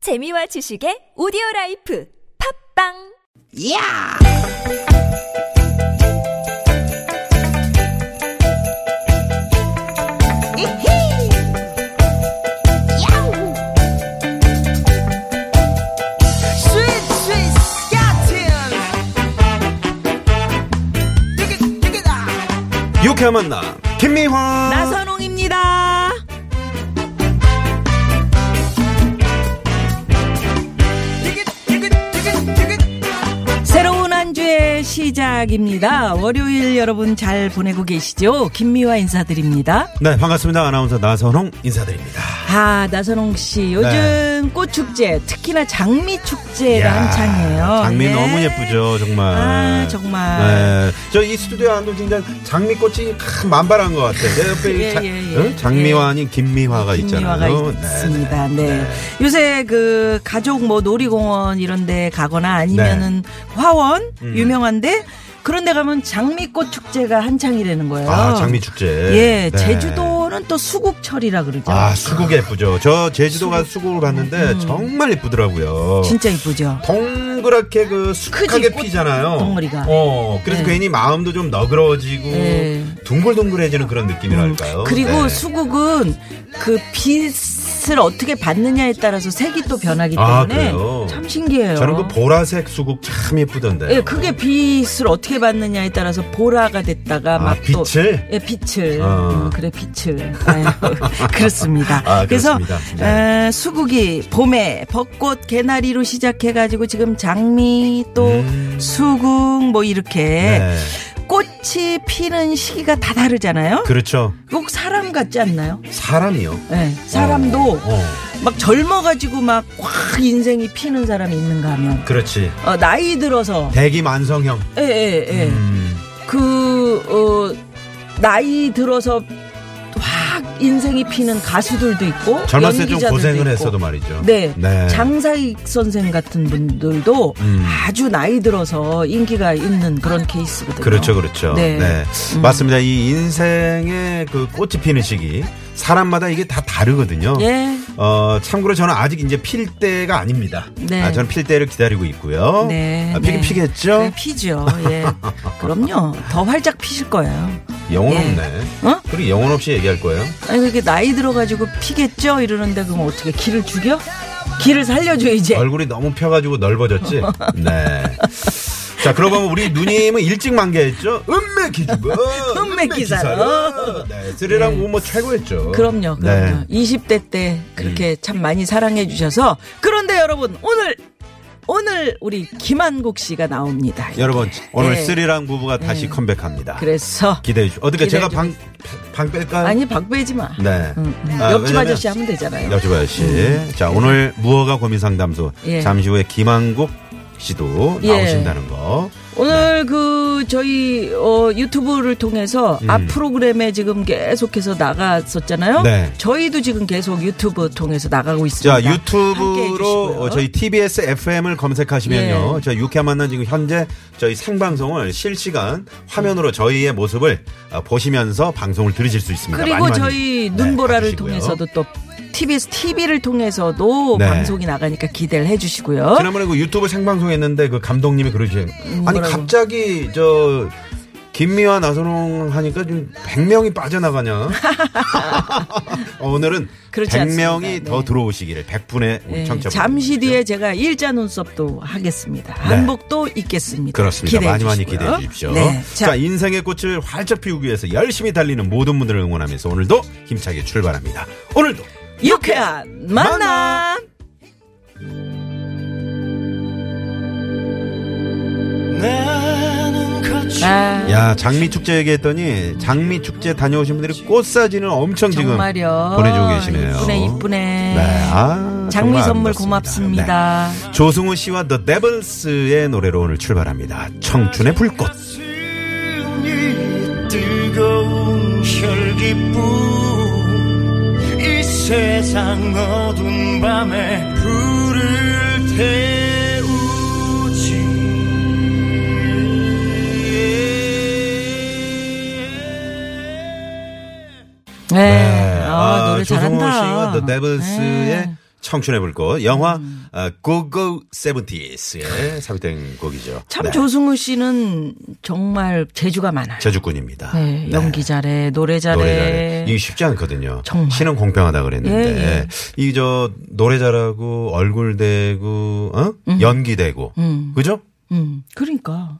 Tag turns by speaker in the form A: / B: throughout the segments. A: 재미와 지식의 오디오 라이프 팝빵!
B: 야! 이히! 야우! 스윗 스윗 스카틴! 띠깃 띠깃아!
C: 유쾌한 만남 김미화
B: 나선홍입니다. 띠깃 띠깃 띠깃 띠깃
D: 새로운 한 주의 시작입니다. 월요일 여러분 잘 보내고 계시죠? 김미화 인사드립니다.
C: 네 반갑습니다 아나운서 나선홍 인사드립니다
D: 아, 나선홍 씨. 요즘
C: 네.
D: 꽃축제, 특히나 장미축제가
C: 이야,
D: 한창이에요.
C: 장미
D: 네.
C: 너무 예쁘죠 정말 네,
D: 아, 정말.
C: 저 이 스튜디오 안도 진짜 장미꽃이 참 만발한 것 같아요 내 옆에 이
D: 예,
C: 자-
D: 예, 예.
C: 응? 장미화 아닌 김미화가 있잖아요
D: 김미화가
C: 네,
D: 있습니다. 네. 요새 그 가족 뭐 놀이공원 이런 데 가거나 아니면은
C: 네.
D: 화원
C: 음.
D: 유명한데 그런 데 가면 장미꽃 축제가 한창이라는 거예요.
C: 아 장미축제 네.
D: 예, 제주도는 또 수국철이라 그러죠.
C: 아 수국 예쁘죠 저 제주도 가서 수국을
D: 음,
C: 봤는데 정말 예쁘더라고요
D: 진짜 이쁘죠.
C: 동그랗게 그 숙하게
D: 크지, 꽃
C: 피잖아요.
D: 덩어리가.
C: 어, 그래서
D: 네.
C: 괜히 마음도 좀 너그러워지고
D: 네. 음,
C: 둥글둥글해지는 그런 느낌이랄까요.
D: 그리고
C: 네.
D: 수국은 그 빛을 어떻게 받느냐에 따라서 색이 또 변하기
C: 아,
D: 때문에
C: 그래요?
D: 참 신기해요.
C: 저는 그 보라색 수국 참 예쁘던데.
D: 예, 그게 빛을 어떻게 받느냐에 따라서 보라가 됐다가
C: 아,
D: 막 또.
C: 빛을?
D: 예, 빛을.
C: 어.
D: 음, 그래, 빛을. 아유, 그렇습니다.
C: 아,
D: 그래서,
C: 그렇습니다. 네.
D: 에, 수국이 봄에 벚꽃, 개나리로 시작해가지고 지금 장미 또 수국 뭐
C: 음.
D: 이렇게
C: 네.
D: 꽃이 피는 시기가 다 다르잖아요.
C: 그렇죠.
D: 꼭 사람 같지 않나요?
C: 사람이요.
D: 예, 사람도
C: 어,
D: 막 젊어가지고 막 확 인생이 피는 사람이 있는가 하면
C: 그렇지.
D: 어, 나이 들어서
C: 대기 만성형.
D: 예, 예, 예.
C: 음,
D: 그, 어, 나이 들어서 확 인생이 피는 가수들도 있고.
C: 젊었을 때 좀
D: 연기자들도
C: 고생을
D: 있고.
C: 했어도 말이죠.
D: 네.
C: 네.
D: 장사익 선생 같은 분들도
C: 음.
D: 아주 나이 들어서 인기가 있는 그런 케이스거든요.
C: 그렇죠, 그렇죠. 네.
D: 네.
C: 맞습니다. 이 인생의 그 꽃이 피는 시기. 사람마다 이게 다 다르거든요.
D: 예.
C: 어, 참고로 저는 아직 이제 필 때가 아닙니다.
D: 네.
C: 아, 저는 필 때를 기다리고 있고요.
D: 네.
C: 아, 피긴
D: 네.
C: 피겠죠?
D: 네, 피죠. 예. 그럼요. 더 활짝 피실 거예요.
C: 영혼
D: 예.
C: 없네.
D: 어?
C: 그리고 영혼 없이 얘기할 거예요.
D: 아니 그렇게 나이 들어가지고 피겠죠 이러는데 그럼 어떻게 기를 죽여? 기를 살려줘 이제.
C: 얼굴이 너무 펴가지고 넓어졌지? 네. 자, 그러고 보면 우리 누님은 일찍 만개했죠? 음메 기사로.
D: 음메 기사로.
C: 네. 스리랑
D: 네.
C: 우뭐 최고였죠.
D: 그럼요,
C: 네. 음.
D: 그럼요. 20대 때 그렇게 참 많이 사랑해 주셔서 그런데 여러분 오늘 오늘 우리 김한국 씨가 나옵니다.
C: 여러분, 오늘
D: 네.
C: 스리랑 부부가 다시 컴백합니다.
D: 그래서
C: 기대해 주죠. 어떻게 제가
D: 기대해
C: 방, 방 뺄까요?
D: 아니 박 빼지 마.
C: 네.
D: 음, 음.
C: 아,
D: 옆집
C: 왜냐면-
D: 아저씨 하면 되잖아요.
C: 옆집 아저씨. 자, 오늘 무허가 고민 상담소.
D: 예.
C: 잠시 후에 김한국 씨도
D: 예.
C: 나오신다는 거. 네.
D: 오늘 그 저희 어 유튜브를 통해서
C: 음.
D: 앞 프로그램에 지금 계속해서 나갔었잖아요.
C: 네.
D: 저희도 지금 계속 유튜브 통해서 나가고 있습니다.
C: 자,
D: 함께해
C: 유튜브로
D: 주시고요.
C: 어, 저희 TBS FM을 검색하시면요.
D: 예.
C: 저희 유쾌한 만남 지금 현재 저희 생방송을 실시간 화면으로 저희의 모습을 어, 보시면서 방송을 들으실 수 있습니다.
D: 그리고
C: 많이 많이,
D: 저희
C: 네,
D: 눈보라를
C: 봐주시고요.
D: 통해서도 또 TBS TV를 통해서도
C: 네.
D: 방송이 나가니까 기대를 해주시고요.
C: 지난번에 그 유튜브 생방송 했는데 그 감독님이 그러신 아니
D: 어? 음, 뭐라고?
C: 갑자기 저 김미화 나선홍 하니까 좀 100명이 빠져나가냐. 어, 오늘은
D: 그렇지
C: 100명이
D: 않습니다.
C: 더
D: 네.
C: 들어오시기를 100분의
D: 네,
C: 청취자.
D: 잠시 뒤에 제가 일자 눈썹도 하겠습니다. 한복도 있겠습니다.
C: 그렇습니다.
D: 기대해
C: 많이 많이
D: 주시고요.
C: 기대해 주십시오.
D: 네,
C: 자,
D: 자,
C: 인생의 꽃을 활짝 피우기 위해서 열심히 달리는 모든 분들을 응원하면서 오늘도 힘차게 출발합니다. 오늘도
D: 유쾌한 만남. 아,
C: 야 장미 축제 얘기했더니 장미 축제 다녀오신 분들이 꽃 사진을 엄청
D: 정말요.
C: 지금 보내주고 계시네요.
D: 이쁘네, 이쁘네.
C: 네, 아,
D: 장미
C: 정말
D: 선물
C: 아름답습니다.
D: 고맙습니다.
C: 네. 조승우 씨와 The Devils의 노래로 오늘 출발합니다. 청춘의 불꽃.
E: 가슴이 뜨거운 혈기뿐 이 세상 어두운 밤에 불을 태우지
D: 네. 아, 노래
C: 조승우
D: 잘한다.
C: 네. 아, 씨와 The Devils의
D: 아, 네. 음.
C: 청춘의 불꽃 영화 어, 고고 세븐티스에 삽입된 곡이죠.
D: 참
C: 네.
D: 조승우 씨는 정말 재주가 많아요.
C: 제주꾼입니다.
D: 네,
C: 네.
D: 연기 잘해, 노래 잘해.
C: 노래 잘해. 이게 쉽지 않거든요.
D: 네. 정말.
C: 신은 공평하다 그랬는데
D: 예, 예.
C: 이 저 노래 잘하고 얼굴 대고 어? 연기 대고 그죠?
D: 음, 그러니까.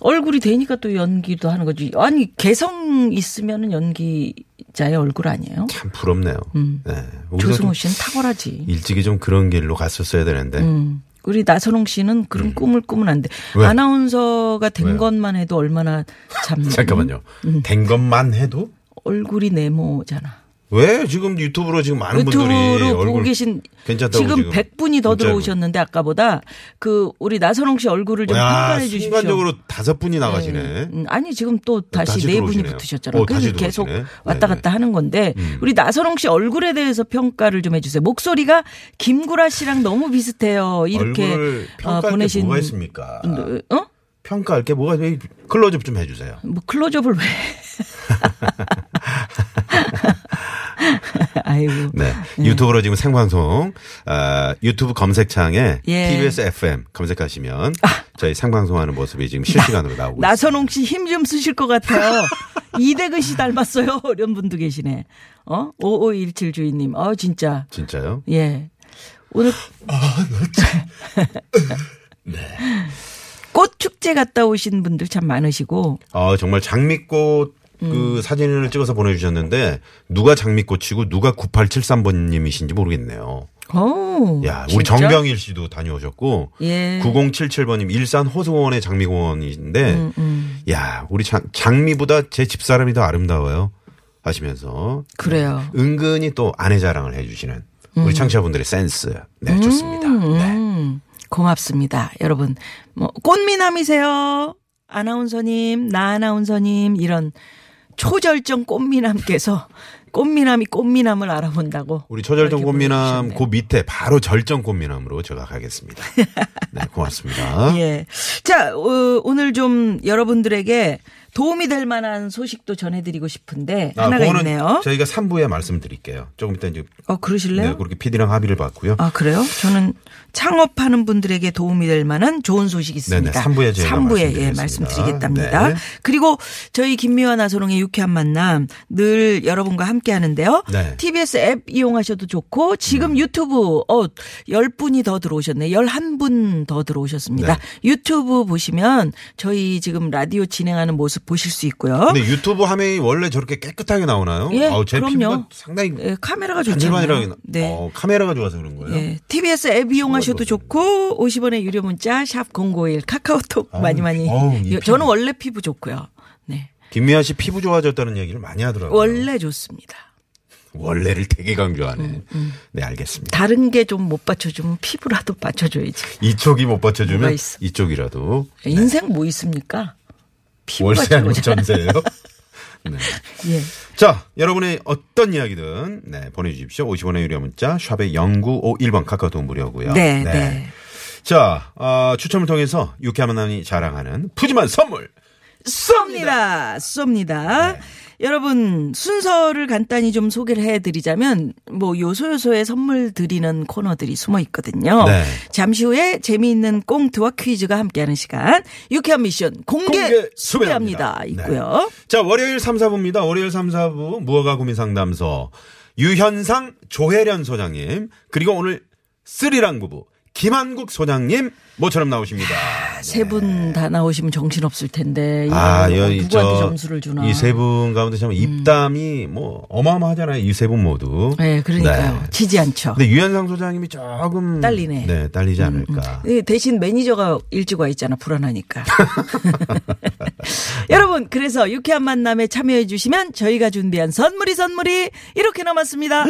D: 얼굴이 되니까 또 연기도 하는 거지. 아니, 개성 있으면은 연기자의 얼굴 아니에요?
C: 참 부럽네요. 네. 우리도 좀
D: 음. 조승우 씨는 탁월하지.
C: 일찍이 좀 그런 길로 갔었어야 되는데
D: 음. 우리 나선홍 씨는 그런 꿈을 꾸면 안 돼.
C: 음. 왜?
D: 아나운서가 된
C: 왜요?
D: 것만 해도 얼마나 참
C: 잠깐만요.
D: 음.
C: 된 것만 해도
D: 얼굴이 네모잖아.
C: 왜 지금 유튜브로 지금 많은 분들이
D: 유튜브로 보고
C: 얼굴
D: 계신
C: 괜찮다고
D: 지금 100분이 더
C: 문자로.
D: 들어오셨는데 아까보다 그 우리 나선홍 씨 얼굴을 좀
C: 야,
D: 평가해 주십시오.
C: 순간적으로 다섯 분이 나가시네. 어,
D: 음, 아니 지금 또 다시
C: 다시
D: 네 분이
C: 들어오시네요.
D: 붙으셨잖아요.
C: 어, 다시
D: 그래서 계속
C: 들어오시네.
D: 왔다
C: 네네. 음.
D: 갔다 하는 건데 우리 나선홍 씨 얼굴에 대해서 평가를 좀 해주세요. 목소리가 김구라 씨랑 너무 비슷해요. 이렇게
C: 얼굴을
D: 어,
C: 평가할
D: 보내신
C: 게 뭐가 있습니까?
D: 분들, 어?
C: 평가할 게 뭐가 있- 클로즈업 좀 해주세요.
D: 뭐 클로즈업을 왜? 아이고.
C: 네.
D: 음.
C: 유튜브로 지금 생방송, 아, 유튜브 검색창에
D: 예. 아.
C: TBS FM 검색하시면 저희 생방송하는 모습이 지금 실시간으로 나오고 있습니다.
D: 나선홍 씨 힘 좀 쓰실 것 같아요. 이대근 씨 닮았어요. 이런 분도 계시네. 어? 5517 주인님. 어, 진짜.
C: 진짜요?
D: 예. 오늘 네. 꽃 축제 갔다 오신 분들 참 많으시고
C: 아, 정말 장미꽃
D: 음.
C: 그 사진을 찍어서 보내주셨는데 누가 장미꽃이고 누가 9873번님이신지 모르겠네요.
D: 어.
C: 야, 우리
D: 진짜?
C: 정경일 씨도 다녀오셨고
D: 예.
C: 9077번님 일산 호수원의 장미공원이신데
D: 음,
C: 야, 우리 장, 장미보다 제 집사람이 더 아름다워요. 하시면서
D: 그래요.
C: 은근히 또 아내 자랑을 해주시는 우리 청취자분들의 센스. 네, 좋습니다. 네.
D: 음, 고맙습니다. 여러분, 뭐, 꽃미남이세요. 아나운서님, 나 아나운서님, 이런 초절정 꽃미남께서 꽃미남이 꽃미남을 알아본다고.
C: 우리 초절정
D: 그렇게
C: 꽃미남
D: 보내주셨네요.
C: 그 밑에 바로 절정 꽃미남으로 제가 가겠습니다. 네, 고맙습니다.
D: 예. 자, 어, 오늘 좀 여러분들에게 도움이 될 만한 소식도 전해드리고 싶은데,
C: 아,
D: 하나가
C: 그거는
D: 있네요.
C: 저희가 3부에 말씀드릴게요. 조금 이따 이제
D: 어, 그러실래요?
C: 네, 그렇게 PD랑 합의를 봤고요.
D: 아, 그래요? 저는 창업하는 분들에게 도움이 될 만한 좋은 소식이 있습니다.
C: 네네, 삼부에 저희가
D: 삼부에, 예,
C: 말씀드리겠습니다.
D: 말씀드리겠답니다.
C: 네.
D: 그리고 저희 김미화 나선홍의 유쾌한 만남 늘 여러분과 함께 하는데요.
C: 네. 음.
D: TBS 앱 이용하셔도 좋고 지금 유튜브 어 10분이 더 들어오셨네. 11분 더 들어오셨습니다.
C: 네.
D: 유튜브 보시면 저희 지금 라디오 진행하는 모습 보실 수 있고요.
C: 근데 유튜브 화면이 원래 저렇게 깨끗하게 나오나요?
D: 예,
C: 아우, 제
D: 그럼요.
C: 피부가 상당히
D: 예, 카메라가
C: 반질반질하게 나-
D: 좋잖아요. 네.
C: 어, 카메라가 좋아서 그런 거예요.
D: 예, TBS 앱 이용하셔도 좋고 50원의 유료 문자 샵 #051 카카오톡
C: 아우,
D: 많이 많이.
C: 어우, 이
D: 요-
C: 피부.
D: 저는 원래 피부 좋고요. 네,
C: 김미아 씨 피부 좋아졌다는 얘기를 많이 하더라고요.
D: 원래 좋습니다.
C: 원래를 되게 강조하네.
D: 음,
C: 네, 알겠습니다.
D: 다른 게 좀 못 받쳐주면 피부라도 받쳐줘야지.
C: 이쪽이 못
D: 뭐가
C: 받쳐주면
D: 있어.
C: 이쪽이라도
D: 인생 뭐 있습니까? 피부
C: 네. 월세 아니고
D: 받쳐보자.
C: 전세예요. 네.
D: 예.
C: 자, 여러분의 어떤 이야기든 네, 보내주십시오. 50원의 유료 문자 샵의 0951번 카카오톡 무료고요.
D: 네, 네.
C: 자, 아, 추첨을 통해서 유쾌한 만남이 자랑하는 푸짐한 선물.
D: 쏩니다. 쏩니다.
C: 네.
D: 여러분 순서를 간단히 좀 소개를 해드리자면 뭐 요소요소에 선물 드리는 코너들이 숨어 있거든요.
C: 네.
D: 잠시 후에 재미있는 꽁트와 퀴즈가 함께하는 시간 유쾌한 미션 공개,
C: 공개
D: 수배합니다.
C: 수배합니다. 네.
D: 있고요.
C: 자, 월요일 3, 4부입니다. 월요일 3, 4부 무허가 고민 상담소 유현상 조혜련 소장님 그리고 오늘 쓰리랑 부부 김한국 소장님 모처럼 나오십니다.
D: 세 분 다 나오시면 정신 없을 텐데
C: 네. 아,
D: 이거
C: 여기
D: 음, 누구한테 점수를 주나? 음.
C: 이 세 분 가운데 참 입담이 뭐 어마어마하잖아요. 이 세 분 모두.
D: 네, 그러니까요.
C: 네.
D: 지지 않죠.
C: 근데 유현상 소장님이 조금
D: 딸리네.
C: 네, 딸리지 않을까.
D: 예, 대신 매니저가 일찍 와 있잖아 불안하니까. 여러분 그래서 유쾌한 만남에 참여해 주시면 저희가 준비한 선물이 선물이 이렇게 남았습니다.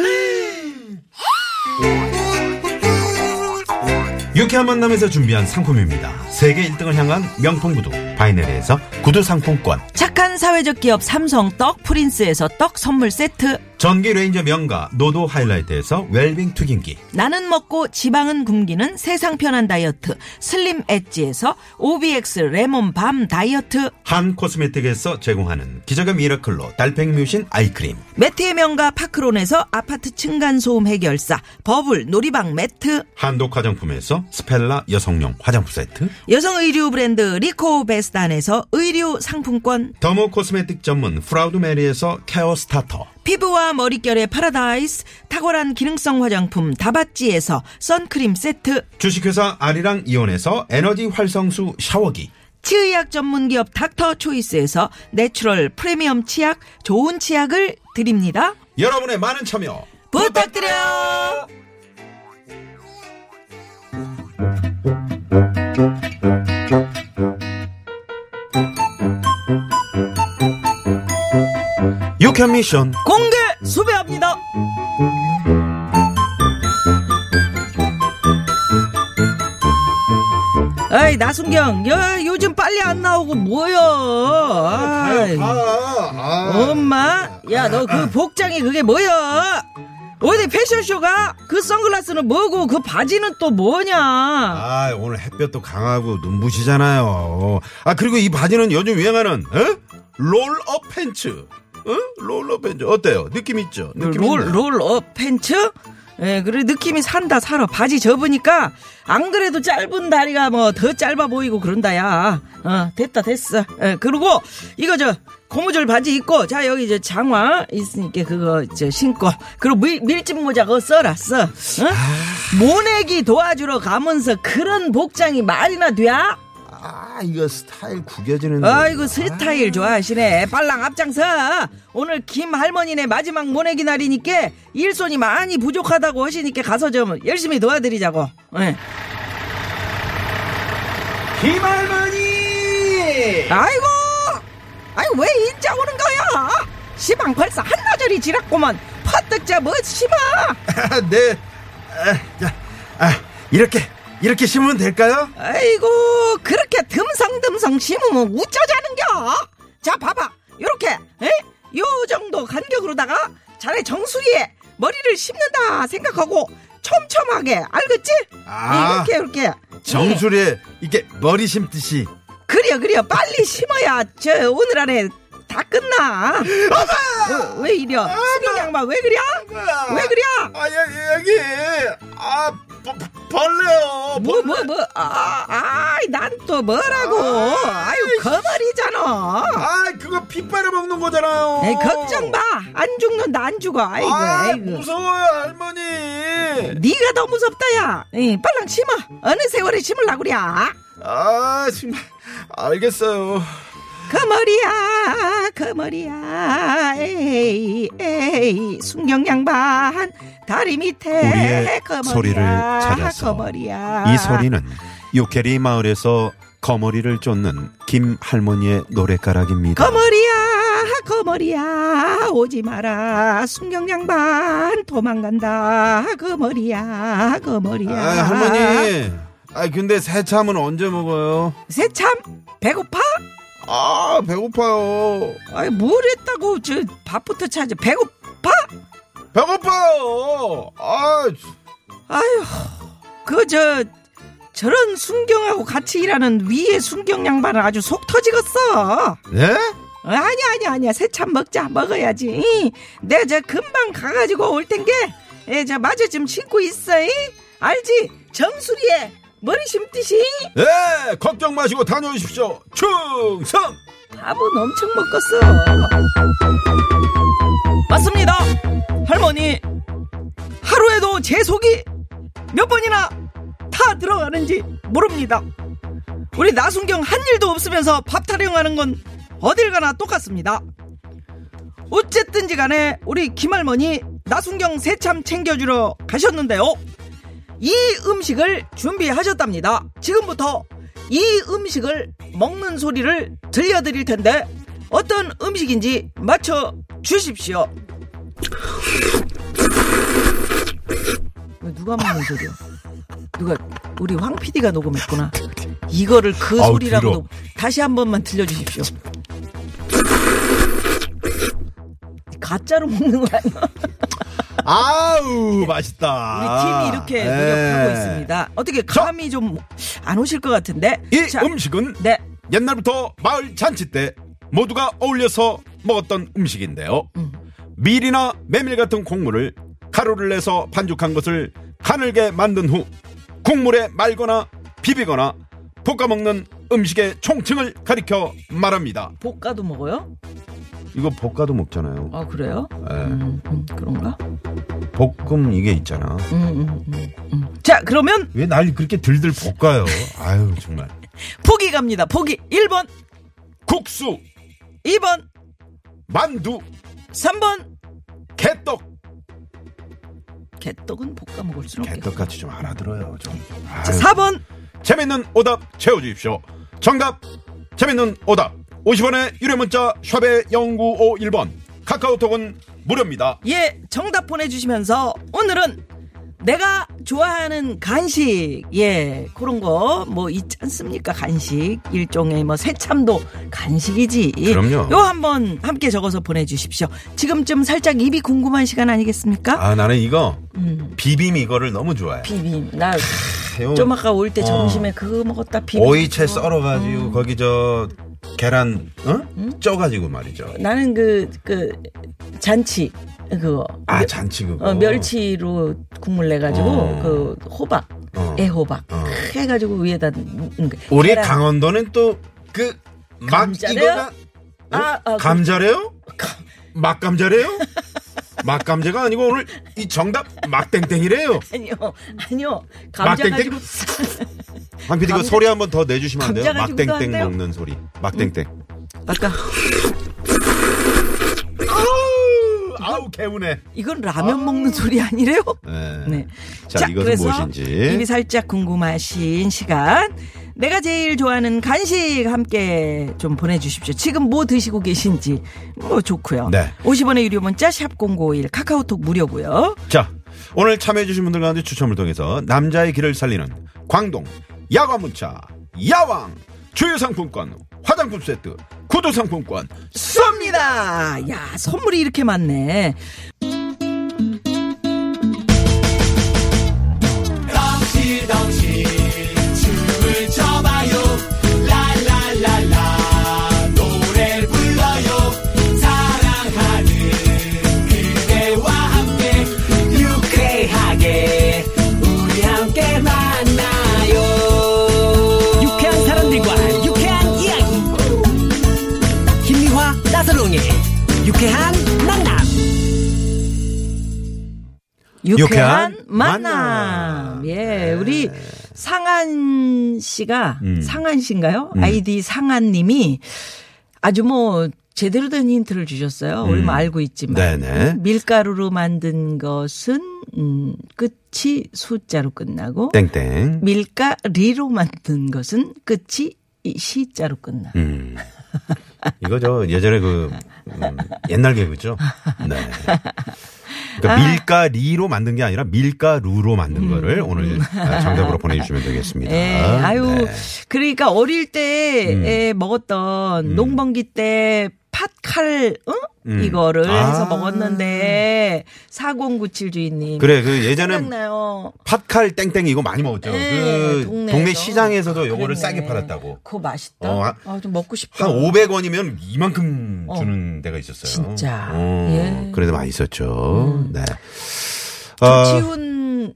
C: 유쾌한 만남에서 준비한 상품입니다. 세계 1등을 향한 명품 구두 바이네리에서 구두 상품권
D: 착한 사회적 기업 삼성 떡 프린스에서 떡 선물 세트.
C: 전기 레인저 명가 노도 하이라이트에서 웰빙 튀김기
D: 나는 먹고 지방은 굶기는 세상 편한 다이어트. 슬림 엣지에서 OBX 레몬밤 다이어트.
C: 한 코스메틱에서 제공하는 기적의 미라클로 달팽이 뮤신 아이크림
D: 매트의 명가 파크론에서 아파트 층간소음 해결사. 버블 놀이방 매트.
C: 한독 화장품에서 스펠라 여성용 화장품 세트
D: 여성 의류 브랜드 리코 베스단에서 의류 상품권.
C: 더모 코스메틱 전문 프라우드 메리에서 케어 스타터
D: 피부와 머릿결의 파라다이스. 탁월한 기능성 화장품 다바찌에서 선크림 세트.
C: 주식회사 아리랑 이온에서 에너지 활성수 샤워기
D: 치의학 전문기업 닥터 초이스에서 내추럴 프리미엄 치약 좋은 치약을 드립니다.
C: 여러분의 많은 참여
D: 부탁드려요.
C: 유캔 미션
D: 공개 수배합니다. 아이 나순경 야 요즘 빨리 안 나오고 뭐야 아이,
C: 아,
D: 엄마 야 너 그 복장이 그게 뭐야 어디 패션쇼가 그 선글라스는 뭐고 그 바지는 또 뭐냐
C: 아 오늘 햇볕도 강하고 눈부시잖아요 아 그리고 이 바지는 요즘 유행하는 에? 롤업 팬츠 어? 롤업 팬츠 어때요 느낌 있죠 느낌 있나요?
D: 롤롤업 어, 팬츠 예, 그래 느낌이 산다 살아 바지 접으니까 안 그래도 짧은 다리가 뭐 더 짧아 보이고 그런다야. 어, 됐다 됐어. 예, 그리고 이거 저 고무줄 바지 입고 자 여기 저 장화 있으니까 그거 저 신고 그리고 밀, 밀짚 모자 그거 써라 써. 어? 모내기 도와주러 가면서 그런 복장이 말이나 돼야?
C: 아 이거 스타일 구겨지는데
D: 아이고 스타일 좋아하시네 빨랑 앞장서 오늘 김 할머니네 마지막 모내기 날이니까 일손이 많이 부족하다고 하시니까 가서 좀 열심히 도와드리자고 예.
B: 김할머니
D: 아이고 아이고 왜 인자 오는 거야 시방 벌써 한나절이 지났구만 퍼뜩자 뭐 심어
C: 네 아, 자, 아, 이렇게 이렇게 심으면 될까요?
D: 아이고 그렇게 듬성듬성 심으면 우쩌자는겨 자 봐봐 요렇게 에? 요 정도 간격으로다가 자네 정수리에 머리를 심는다 생각하고 촘촘하게 알겠지?
C: 아.
D: 이렇게 이렇게 음,
C: 정수리에 이게 머리 심듯이
D: 그려 그려 빨리 심어야 저 오늘 안에 다 끝나 어, 왜 이려 수빈 양반 왜 그려? 왜 그려?
C: 아 여기 여기 아 버- 벌레요
D: 뭐 뭐 뭐 아, 아, 난 또 뭐라고 아유 거머리잖아
C: 아 그거 피 빨아먹는 거잖아요
D: 에이, 걱정 마. 안 죽는다, 안 죽어. 아이고,
C: 어. 아,
D: 아이고. 뭐.
C: 무서워요 할머니
D: 네가 더 무섭다, 야. 에이, 빨랑 심어. 어느 세월에 심으려고 그래.
C: 아 정말 알겠어요
D: 그 거머리야, 거머리야. 에이, 에이. 순경 양반. 다리 밑에. 그
C: 우리의
D: 거머리야, 그
C: 소리를 찾아서
D: 거머리야.
C: 이 소리는 요케리 마을에서 거머리를 쫓는 김 할머니의 노래가락입니다.
D: 그 거머리야, 그 거머리야. 오지 마라. 순경 양반. 도망간다. 그 거머리야, 거머리야.
C: 아, 할머니. 아 근데 새참은 언제 먹어요?
D: 새참, 배고파?
C: 아 배고파요.
D: 아이 뭘 했다고 저 밥부터 찾아 배고파?
C: 배고파요. 아
D: 아휴 그 저 저런 순경하고 같이 일하는 위에 순경 양반은 아주 속 터지겠어.
C: 네?
D: 아니 아니 아니야 새참 먹자 먹어야지. 내 저 금방 가가지고 올 텐게 저 마저 좀 신고 있어. 이. 알지? 정수리에 머리 심듯이
C: 예 걱정 마시고 다녀오십시오. 충성.
D: 밥은 엄청 먹었어. 맞습니다. 할머니, 하루에도 제 속이 몇 번이나 타 들어가는지 모릅니다. 우리 나순경 한 일도 없으면서 밥 타령하는 건 어딜 가나 똑같습니다. 어쨌든지 간에 우리 김할머니 나순경 새참 챙겨주러 가셨는데요. 이 음식을 준비하셨답니다. 지금부터 이 음식을 먹는 소리를 들려드릴 텐데 어떤 음식인지 맞춰 주십시오. 누가 먹는 소리야? 누가 우리 황 PD가 녹음했구나. 이거를 그
C: 아우,
D: 소리라고도
C: 길어.
D: 다시 한 번만 들려주십시오. 가짜로 먹는 거 아니야?
C: 아우 맛있다.
D: 우리 팀이 이렇게
C: 네.
D: 노력하고 있습니다. 어떻게 감이 좀 안 오실 것 같은데?
C: 이
D: 자,
C: 예, 음식은
D: 네.
C: 옛날부터 마을 잔치 때 모두가 어울려서 먹었던 음식인데요. 밀이나 메밀 같은 콩물을 가루를 내서 반죽한 것을 가늘게 만든 후 국물에 말거나 비비거나 볶아 먹는 음식의 총칭을 가리켜 말합니다.
D: 볶아도 먹어요?
C: 이거 볶아도 먹잖아요.
D: 아 그래요?
C: 예,
D: 음, 음, 그런가?
C: 볶음 이게 있잖아.
D: 음, 음, 음, 음. 자 그러면
C: 왜 날 그렇게 들들 볶아요? 아유 정말.
D: 포기 갑니다. 포기 1번,
C: 국수,
D: 2번,
C: 만두,
D: 3번.
C: 개떡.
D: 개떡은 볶아 먹을 수는 없겠고.
C: 개떡같이 좀 알아들어요 좀.
D: 자,
C: 아유.
D: 4번.
C: 재밌는 오답 채워주십시오. 정답, 재밌는 오답. 50원의 유료 문자 샵의 0951번. 카카오톡은 무료입니다.
D: 예, 정답 보내주시면서 오늘은 내가 좋아하는 간식, 예, 그런 거 뭐 있지 않습니까? 간식. 일종의 뭐 새참도 간식이지.
C: 그럼요.
D: 요 한번 함께 적어서 보내주십시오. 지금쯤 살짝 입이 궁금한 시간 아니겠습니까? 음,
C: 아, 나는 이거, 비빔 이거를 너무 좋아해.
D: 비빔. 나 좀
C: 요
D: 아까 올
C: 어.
D: 때 점심에 그거 먹었다. 비빔. 음.
C: 오이채 썰어가지고, 거기 저, 계란, 어? 쪄가지고 말이죠.
D: 나는 그, 그, 잔치. 그거.
C: 아, 잔치 그거.
D: 어, 멸치로 국물 내가지고
C: 어.
D: 그 호박
C: 어.
D: 애호박
C: 어.
D: 크 해가지고 위에다 넣은 거.
C: 우리
D: 계란.
C: 강원도는 또, 그, 막
D: 감자래요?
C: 이거가. 어?
D: 아, 아,
C: 감자래요? 막감자래요? 막감자가 아니고 오늘 이 정답 막땡땡이래요.
D: 아니요 아니요 감자
C: 막땡땡?
D: 가지고
C: 황 PD 그
D: 감자-
C: 소리 한번 더 내주시면 안 돼요?
D: 감자 가지고도
C: 막땡땡
D: 한대요?
C: 먹는 소리. 막땡땡.
D: 아까
C: 그 아우, 아우 개운해.
D: 이건 라면 먹는 소리 아니래요?
C: 네.
D: 어. 네.
C: 자, 이것은 무엇인지.
D: 입이 살짝 궁금하신 시간. 내가 제일 좋아하는 간식 함께 좀 보내주십시오. 지금 뭐 드시고 계신지 뭐 좋고요.
C: 네.
D: 50원의 유료 문자 샵 #051 카카오톡 무료고요.
C: 자, 오늘 참여해주신 분들 가운데 추첨을 통해서 남자의 길을 살리는 광동 야과문차 야왕 주유 상품권 화장품 세트 구두 상품권
D: 쏩니다. 야 선물이 이렇게 많네.
F: 유쾌한 사람들과 유쾌한 이야기 김미화 나서롱의 유쾌한 만남
D: 유쾌한,
C: 유쾌한
D: 만남.
C: 만남.
D: 예, 우리 상한 씨가 상한 씨인가요? 아이디 상한 님이 아주 뭐 제대로 된 힌트를 주셨어요. 우리 뭐 알고 있지만
C: 네네.
D: 밀가루로 만든 것은 음, 끝이 숫자로 끝나고
C: 땡땡.
D: 밀가리로 만든 것은 끝이 이 시자로 끝나.
C: 음. 이거 저 예전에 그 음, 옛날 개그죠. 네.
D: 아.
C: 그러니까 밀가리로 만든 게 아니라 밀가루로 만든 거를 오늘 아, 정답으로 보내주시면 되겠습니다.
D: 음. 예, 아유,
C: 네. 음.
D: 그러니까 어릴 때 예, 먹었던 농번기 때 팥칼, 응? 이거를
C: 아.
D: 해서 먹었는데 4097 주인님.
C: 그래 그 예전에
D: 생각나요.
C: 팥칼 땡땡 이거 많이 먹었죠.
D: 예,
C: 그 동네,
D: 동네에서.
C: 시장에서도 요거를
D: 그랬네.
C: 싸게 팔았다고.
D: 그거 맛있다.
C: 어, 아-
D: 아, 좀 먹고 싶다.
C: 한 500원이면 이만큼
D: 어.
C: 주는 데가 있었어요.
D: 진짜.
C: 어,
D: 예. 음.
C: 그래도 많이 있었죠. 네. 아,
D: 정치훈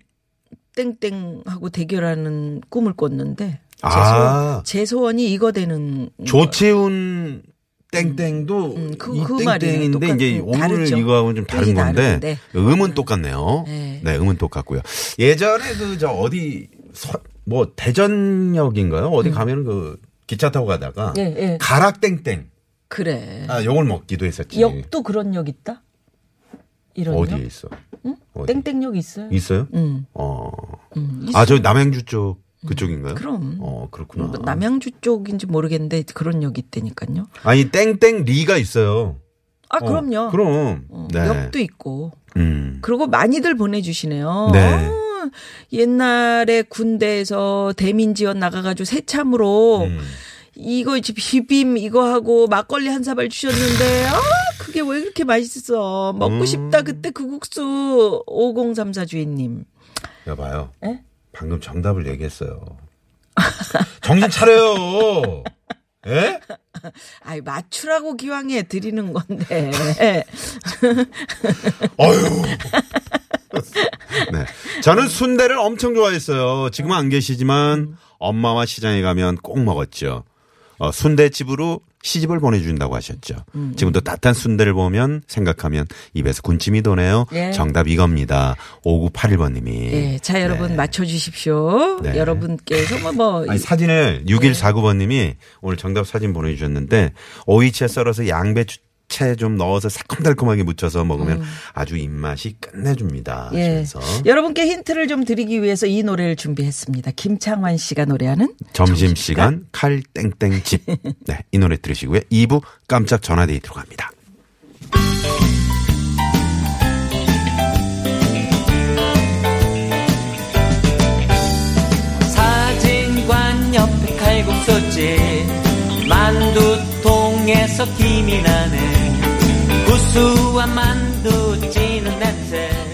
D: 땡땡하고 대결하는 꿈을 꿨는데 제,
C: 아.
D: 소원, 제 소원이 이거 되는
C: 조치훈 땡땡도
D: 음, 그-
C: 이
D: 그 말이에요.
C: 땡땡인데
D: 똑같은- 음,
C: 이제 오늘
D: 다르죠.
C: 이거하고는 좀 다른
D: 뜻이
C: 건데
D: 다른데.
C: 음은 똑같네요. 네.
D: 네.
C: 음은 똑같고요. 예전에 그 저 어디 서- 뭐 대전역인가요?
D: 음.
C: 어디 가면은 그 기차 타고 가다가
D: 예, 예.
C: 가락 땡땡
D: 그래.
C: 아 요걸 먹기도 했었지.
D: 역도 그런 역 있다? 이런
C: 어디에
D: 역?
C: 있어? 어디?
D: 땡땡역 있어요?
C: 있어요?
D: 음.
C: 어.
D: 음, 있-
C: 아, 저 남양주 쪽 그쪽인가요?
D: 그럼.
C: 어, 그렇구나.
D: 뭐 남양주 쪽인지 모르겠는데 그런 역이 있다니까요.
C: 아니 땡땡 리가 있어요.
D: 아
C: 어,
D: 그럼요.
C: 그럼.
D: 어,
C: 네.
D: 역도 있고
C: 음.
D: 그리고 많이들 보내주시네요.
C: 네.
D: 아, 그냥 옛날에 군대에서 대민 지원 나가가지고 새참으로
C: 음.
D: 이거 이제 비빔 이거 하고 막걸리 한 사발 주셨는데 아 그게 왜 그렇게 맛있어
C: 음.
D: 먹고 싶다 그때 그 국수 5034 주인님
C: 여봐요.
D: 에?
C: 방금 정답을 얘기했어요. 정신 차려요. 예?
D: 아이 맞추라고 기왕에 드리는 건데
C: 어휴. 네. 저는 순대를 엄청 좋아했어요. 지금은 안 계시지만 엄마와 시장에 가면 꼭 먹었죠. 어, 순대집으로 시집을 보내준다고 하셨죠.
D: 음.
C: 지금도 따뜻한 순대를 보면 생각하면 입에서 군침이 도네요.
D: 예.
C: 정답 이겁니다. 5981번님이.
D: 예, 자 여러분 맞춰주십시오
C: 네.
D: 여러분께서 뭐, 뭐
C: 아니, 사진을 6149번님이 오늘 정답 사진 보내주셨는데 오이채 썰어서 양배추 채 좀 넣어서 새콤달콤하게 무쳐서 먹으면 아주 입맛이 끝내줍니다.
D: 예.
C: 하면서
D: 여러분께 힌트를 좀 드리기 위해서 이 노래를 준비했습니다. 김창완 씨가 노래하는
C: 점심 시간 칼 땡땡 집. 네, 이 노래 들으시고요. 2부 깜짝 전화 데이트로 갑니다.
G: 사진관 옆에 칼국수집 만두통에서 김이 나는 구수한 만두찌는 냄새